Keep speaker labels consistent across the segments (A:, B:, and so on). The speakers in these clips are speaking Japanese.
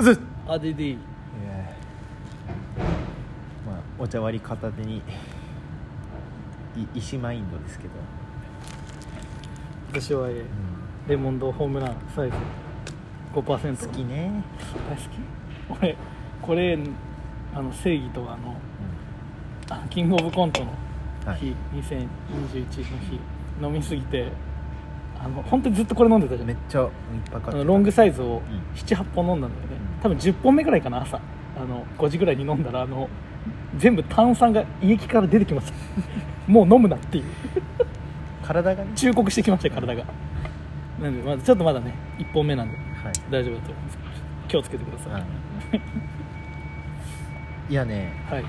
A: ず
B: あでで
A: えーまあ、お茶割り片手にい石マインドですけど、
B: 私はえレモンドホームランサイズ5%
A: 好きね、
B: 大好き俺これあの正義とあのあのキングオブコントの日、
A: はい
B: 2021の日飲みすぎてあの本当にずっとこれ飲んでたじゃ
A: めっ
B: ん
A: ちゃいっぱ
B: あ
A: い買って
B: の
A: た
B: ロングサイズを
A: ん
B: 78本飲んだんだよね、
A: うん
B: 多分10本目ぐらいかな朝あの5時ぐらいに飲んだらあの全部炭酸が胃液から出てき ますもう飲むなっていう
A: 体がね、
B: 忠告してきましたよ体がなんで、まあ、ちょっとまだね1本目なんで
A: はい
B: 大丈夫だと思います気をつけてください、
A: あのいやね
B: はい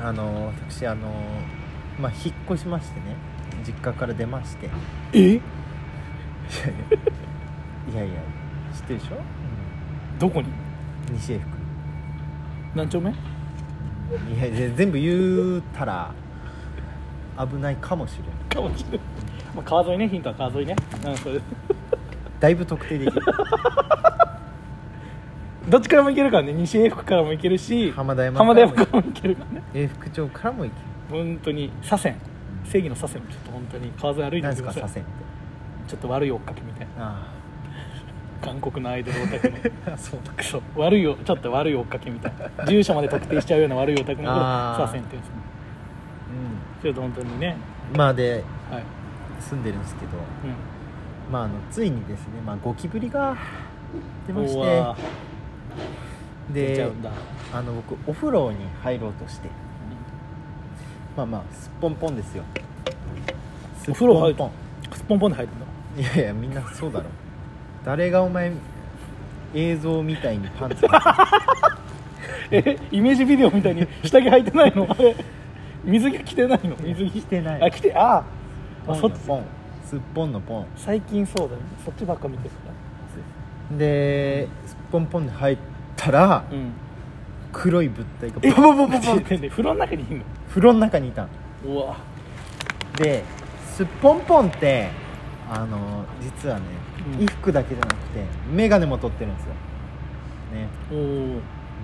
A: あの私あのまあ引っ越しましてね実家から出ましてい
B: え
A: やいやいや知ってるでしょ、
B: どこに
A: うん、西江福
B: 何丁目
A: いやいや全部言うたら危ないかもしれない
B: かもしれない、 まあ、川沿いねヒントは川沿いね、うん、それ
A: だいぶ特定できる
B: どっちからも行けるからね西英福からも行けるし
A: 浜田山
B: 浜田山
A: からも
B: からも行けるからね
A: 永福町からも行け
B: 本当に左遷正義の左遷もちょっと本当に川沿い歩
A: る
B: いて
A: な
B: み
A: ん
B: て
A: す
B: く
A: か
B: だ
A: 左
B: さ
A: 遷
B: い
A: って
B: ちょっと悪い追っかけみたいな
A: あ
B: 韓国のアイドルオタクの
A: あそうだ
B: クソ悪いよちょっと悪い追っかけみたいな住所まで特定しちゃうような悪いオタクのことを
A: あ
B: 左遷
A: ー
B: って言うんですねちょっと本当にね
A: うんまあで
B: はい、
A: 住んでるんですけ
B: う
A: どまああのついにですね、まあ、ゴキブリが出
B: ん、
A: まし
B: う
A: て
B: わー出ちゃ
A: で
B: うんだ、
A: あの僕お風呂に入ろうとしてまあまあすっぽんぽんですよ
B: お風呂入る
A: すっぽん
B: スポンポンで入ってんの
A: ぽんいやいやみんなそうだろ誰がお前映像みたいに パンツ履
B: えイメージビデオみたいに下着履いてないのあれ水着着てないの水着
A: 着てない
B: あ着てあ
A: く
B: あ
A: の
B: そっ
A: ポンすっぽんのポン
B: 最近そうだねそっちばっか見てるか
A: ですっぽんぽんで入ったら
B: らうん
A: 黒い物体がボボボボボって
B: でね 風呂の中にいんの
A: 風呂の中にいたの
B: うわ
A: ですっぽんぽんってあの実はね、
B: うん
A: 衣服だけじゃなくて眼鏡も取ってるんですよね
B: おおうん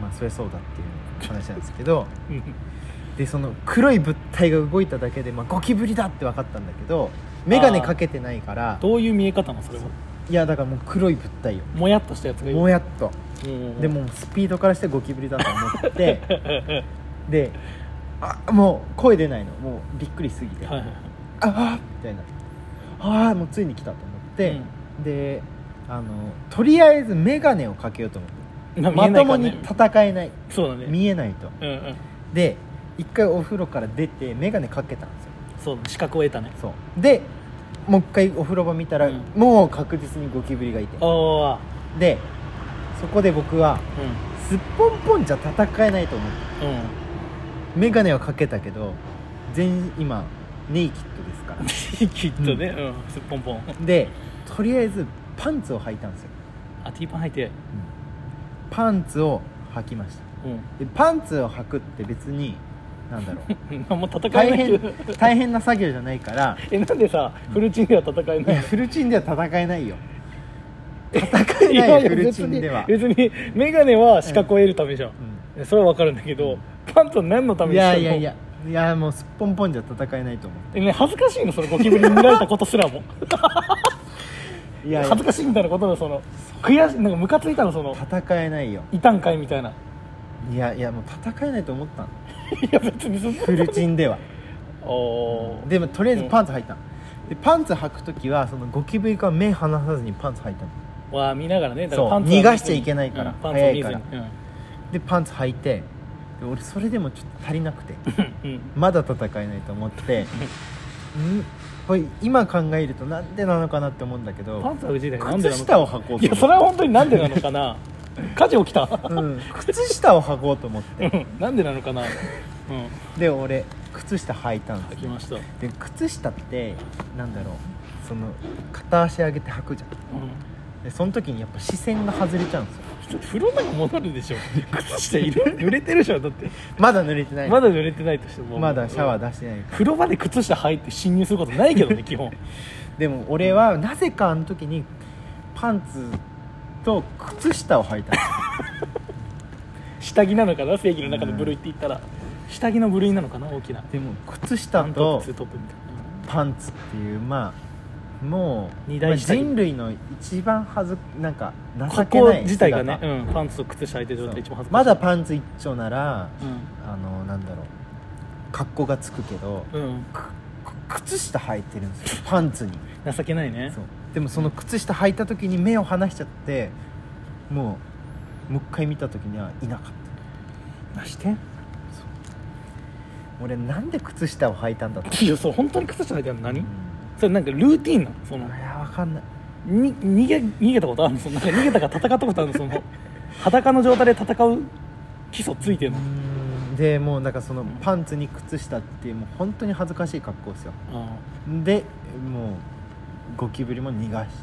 A: まあそりゃそうだっていう話なんですけど でその黒い物体が動いただけで、まあ、ゴキブリだって分かったんだけど眼鏡かけてないから
B: どういう見え方もそれはい
A: やだからもう黒い物体よ
B: もやっとしたやつがいる
A: もやっと
B: うん
A: でもうスピードからしてゴキブリだと思ってであもう声出ないのもうびっくりしすぎて、
B: はい
A: あ
B: はいはい
A: あみたいなああもうついに来たと思って、であのとりあえず眼鏡をかけようと思って
B: まあ見
A: ま
B: えな
A: と
B: いか
A: も
B: ら
A: に
B: ね
A: 戦えない
B: そうだね
A: 見えないと
B: うんうん
A: で一回お風呂から出て眼鏡かけたんですよ
B: そうだね資格を得たね
A: そうでもう一回お風呂場見たら、
B: うん
A: もう確実にゴキブリがいて
B: おお
A: でそこで僕は
B: う
A: すっぽんぽんじゃ戦えないと思って
B: んうん
A: 眼鏡はかけたけど全今ネイキッドですから
B: きっとねうんすっぽんぽん
A: でとりあえずパンツを履いたんですよ
B: あティーパン履いて
A: パンツを履きました
B: う
A: でパンツを履くって別になんだろ う
B: んもう戦え
A: 大
B: ないけ
A: 変
B: ど
A: 大変な作業じゃないから
B: えなんでさフルチンでは戦え
A: い
B: ない
A: や
B: の
A: フルチンでは戦えないよ戦えないよフルチンでは、
B: 別に別に眼鏡は資格を得るためじゃん、それは分かるんだけどパンツは何のた
A: うん
B: め
A: い
B: にした
A: や
B: の
A: いやいやいやもうすっぽんぽんじゃ戦えないと思
B: えね恥ずかしいのそのゴキブリに見られたことすらも
A: ういやいや
B: 恥ずかしいみたいなことのその悔しなんかムカついたのその
A: 戦えないよ
B: いたんかいみたいない
A: やいやもう戦えないと思ったの
B: や別にそんな
A: フルチンでは
B: おー
A: でもとりあえずパンツ履いたの、でパンツ履く時はそのゴキブリから目離さずにパンツ履いたの
B: わあ見ながらねだか
A: そう
B: らパンツは見ずに
A: 逃がしちゃいけないから
B: うんパンツを見ずに
A: 早いでパンツ履いてで俺それでもちょっと足りなくて
B: うんうん
A: まだ戦えないと思っ てんこれ今考えるとなんでなのかなって思うんだけど
B: パンツは無事だよなんで
A: 靴
B: なの
A: 下を履こう
B: い
A: と
B: やそ
A: 思
B: れは本当になんでなのか な火事起きた、
A: って、うん、靴下を履こうと思っ
B: う
A: て
B: ん、なんでなのかなうん
A: で俺靴下履いたん
B: 履
A: です
B: き
A: よ
B: ました、うん、
A: で靴下ってなんだろうその片足上げて履くじゃんでその時にやっぱ視線が外れちゃうんですよ
B: 風呂の中戻るでしょ靴下いる 濡れてるでしょだって
A: まだ濡れてない
B: まだ濡れてないとしても
A: まだシャワ
B: ー
A: ー出してない
B: 風呂場で靴下履いて侵入することないけ どね基本
A: でも 俺はなぜかあの時にパンツと靴下を履いたんですよ
B: 下着なのかな正義の中の部類って言ったら下着の部類なのかな大きな
A: でも靴
B: タ
A: 下
B: ントッ
A: と
B: プツートップみたいな
A: パンツっていうまあもう
B: 二大事態
A: まあ人類の一番はずなんか情
B: こ
A: け
B: こ
A: ない
B: 自体がね、
A: 姿
B: うん、パンツと靴下履いてる
A: そう
B: 状態一番恥ずかし
A: ま
B: い
A: だパンツ一丁なら
B: う
A: あのなんだろう格好がつくけど
B: ん、うん、
A: 靴下履いてる んですよパンツに
B: 情けないね
A: そうでもその靴下履いた時に目を離しちゃってもうもう一回見た時にはいなかった
B: なして
A: 俺なんで靴下を履いたんだって
B: いやそう本当に靴下履いてるの
A: うん
B: 何それなんかルーティーンなのその
A: いやわかんない
B: に逃げ逃げたことあるのそのなんか逃げたか戦ったことあるのそ の裸の状態で戦う基礎ついてる
A: う
B: の
A: んでもうなんかそのパンツに靴下っていうもう本当に恥ずかしい格好ですよ
B: あ
A: でもうゴキブリも逃がして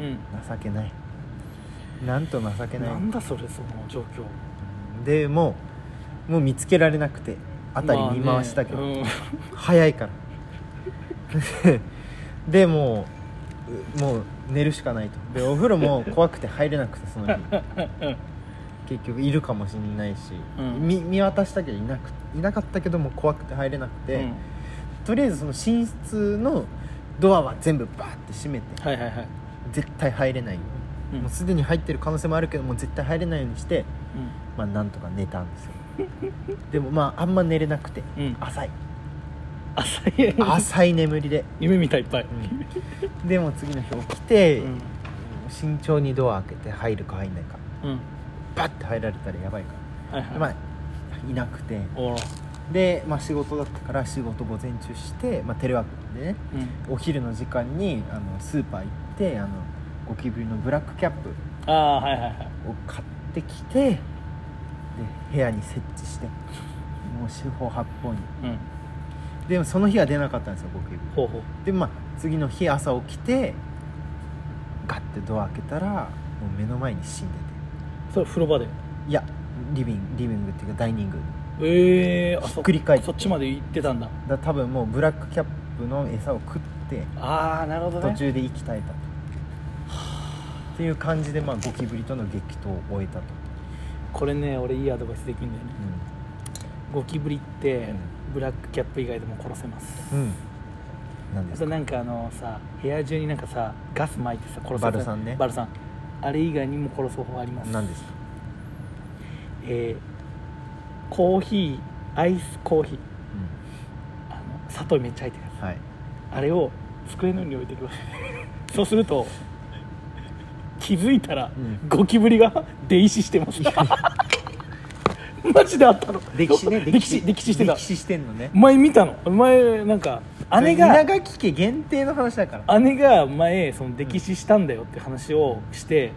B: あうん
A: 情けないなんと情けない
B: なんだそれその状況
A: でもうもう見つけられなくて辺り見回したけど、
B: まあね
A: 早いから でもううもう寝るしかないとでお風呂も怖くて入れなくてそ の日結局いるかもしれないし、
B: うん
A: み見渡したけどいなくいなかったけどもう怖くて入れなく
B: うん
A: て、とりあえずその寝室のドアは全部バーって閉めて
B: うんはいはいはい、
A: 絶対入れないよ
B: う
A: うに
B: ん
A: もうすでに入ってる可能性もあるけどもう絶対入れないようにしてまあなんとか寝たんですよでもまああんま寝れなくて
B: うんうん、
A: 浅い
B: 浅い
A: 浅い眠りで、
B: 夢みたいいっぱい、
A: うんでも次の日起きて、
B: うん
A: 慎重にドア開けて入るか入んないか
B: うん
A: バッて入られたらやばいか
B: はいは
A: ら、
B: い、
A: まあいなくて
B: おら
A: で、まあ、仕事だったから仕事午前中して、まあ、テレワークでね
B: うん
A: お昼の時間にあのスーパー行ってあのゴキブリのブラックキャップ
B: ああはいはいはい
A: を買ってきてで部屋に設置してもう四方八方に
B: うん
A: でもその日は出なかったんですよゴキブリ
B: ほうほう
A: でまあ次の日朝起きてガッてドア開けたらもう目の前に死んで
B: それ風呂場で
A: ていやリビングリビングっていうかダイニング
B: ええー、あそ
A: ひっくり返って
B: そっちまで行ってたんだ
A: だ多分もうブラックキャップの餌を食って
B: ああなるほど
A: 途
B: ね
A: 中で息絶えたとっていう感じで、まあ、ゴキブリとの激闘を終えたと、
B: これね俺いいアドバイスできるんだよねゴキブリって、
A: うん
B: ブラックキャップ以外でも殺せます
A: うん、なんで
B: あ
A: す
B: と
A: か
B: なんかあのさ部屋中になんかさガス巻いてさ殺せ
A: バルさんね
B: バルさんあれ以外にも殺す方法あります
A: 何ですか
B: えーコーヒーアイスコーヒー
A: う
B: あの砂糖めっちゃ入ってるや
A: んはい
B: つあれを机の上に置いて くださいそうすると気づいたら、
A: うん
B: ゴキブリが出石してます マジであったの
A: 歴史ね
B: 歴史歴史してた
A: 歴史してんのね
B: 前見たの前なんか姉が
A: 稲垣家限定の話だから
B: 姉が前その溺死したんだよって話をして、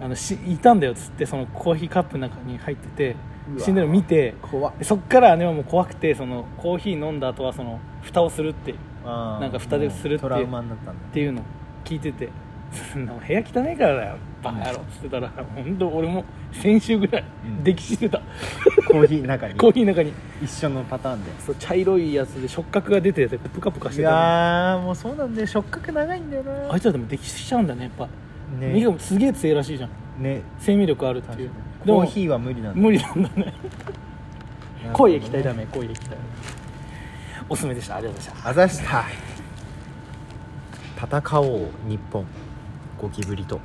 B: あのしいたんだよっつってそのコーヒーカップの中に入ってて
A: うわ
B: 死んでるの見て
A: 怖っ
B: でそっから姉はもう怖くてそのコーヒー飲んだ後はその蓋をするってっ
A: あー
B: なんか蓋でするって
A: もうトラウマになったんだ
B: ていうのを聞いてて「そんな部屋汚いからだよバカ野郎」っつってたら本当俺も先週ぐらい
A: うん
B: 溺死してた、
A: コーヒーの中に
B: コーヒーの中に
A: 一緒のパターンで
B: そう茶色いやつで触覚が出ててプカプカし
A: い
B: てたの
A: やーもうそうなんで触覚長いんだよな
B: あいつらでも溺死しちゃうんだねやっぱミ
A: ね
B: カもすげえ強いらしいじゃん
A: ね
B: 生命力あるってい
A: 確
B: う
A: かに
B: でも
A: コーヒーは無理なんだ
B: 無理なんだね濃い液体ダメ濃い液体おすすめでしたありがとうございました
A: あざした戦おう日本ゴキブリと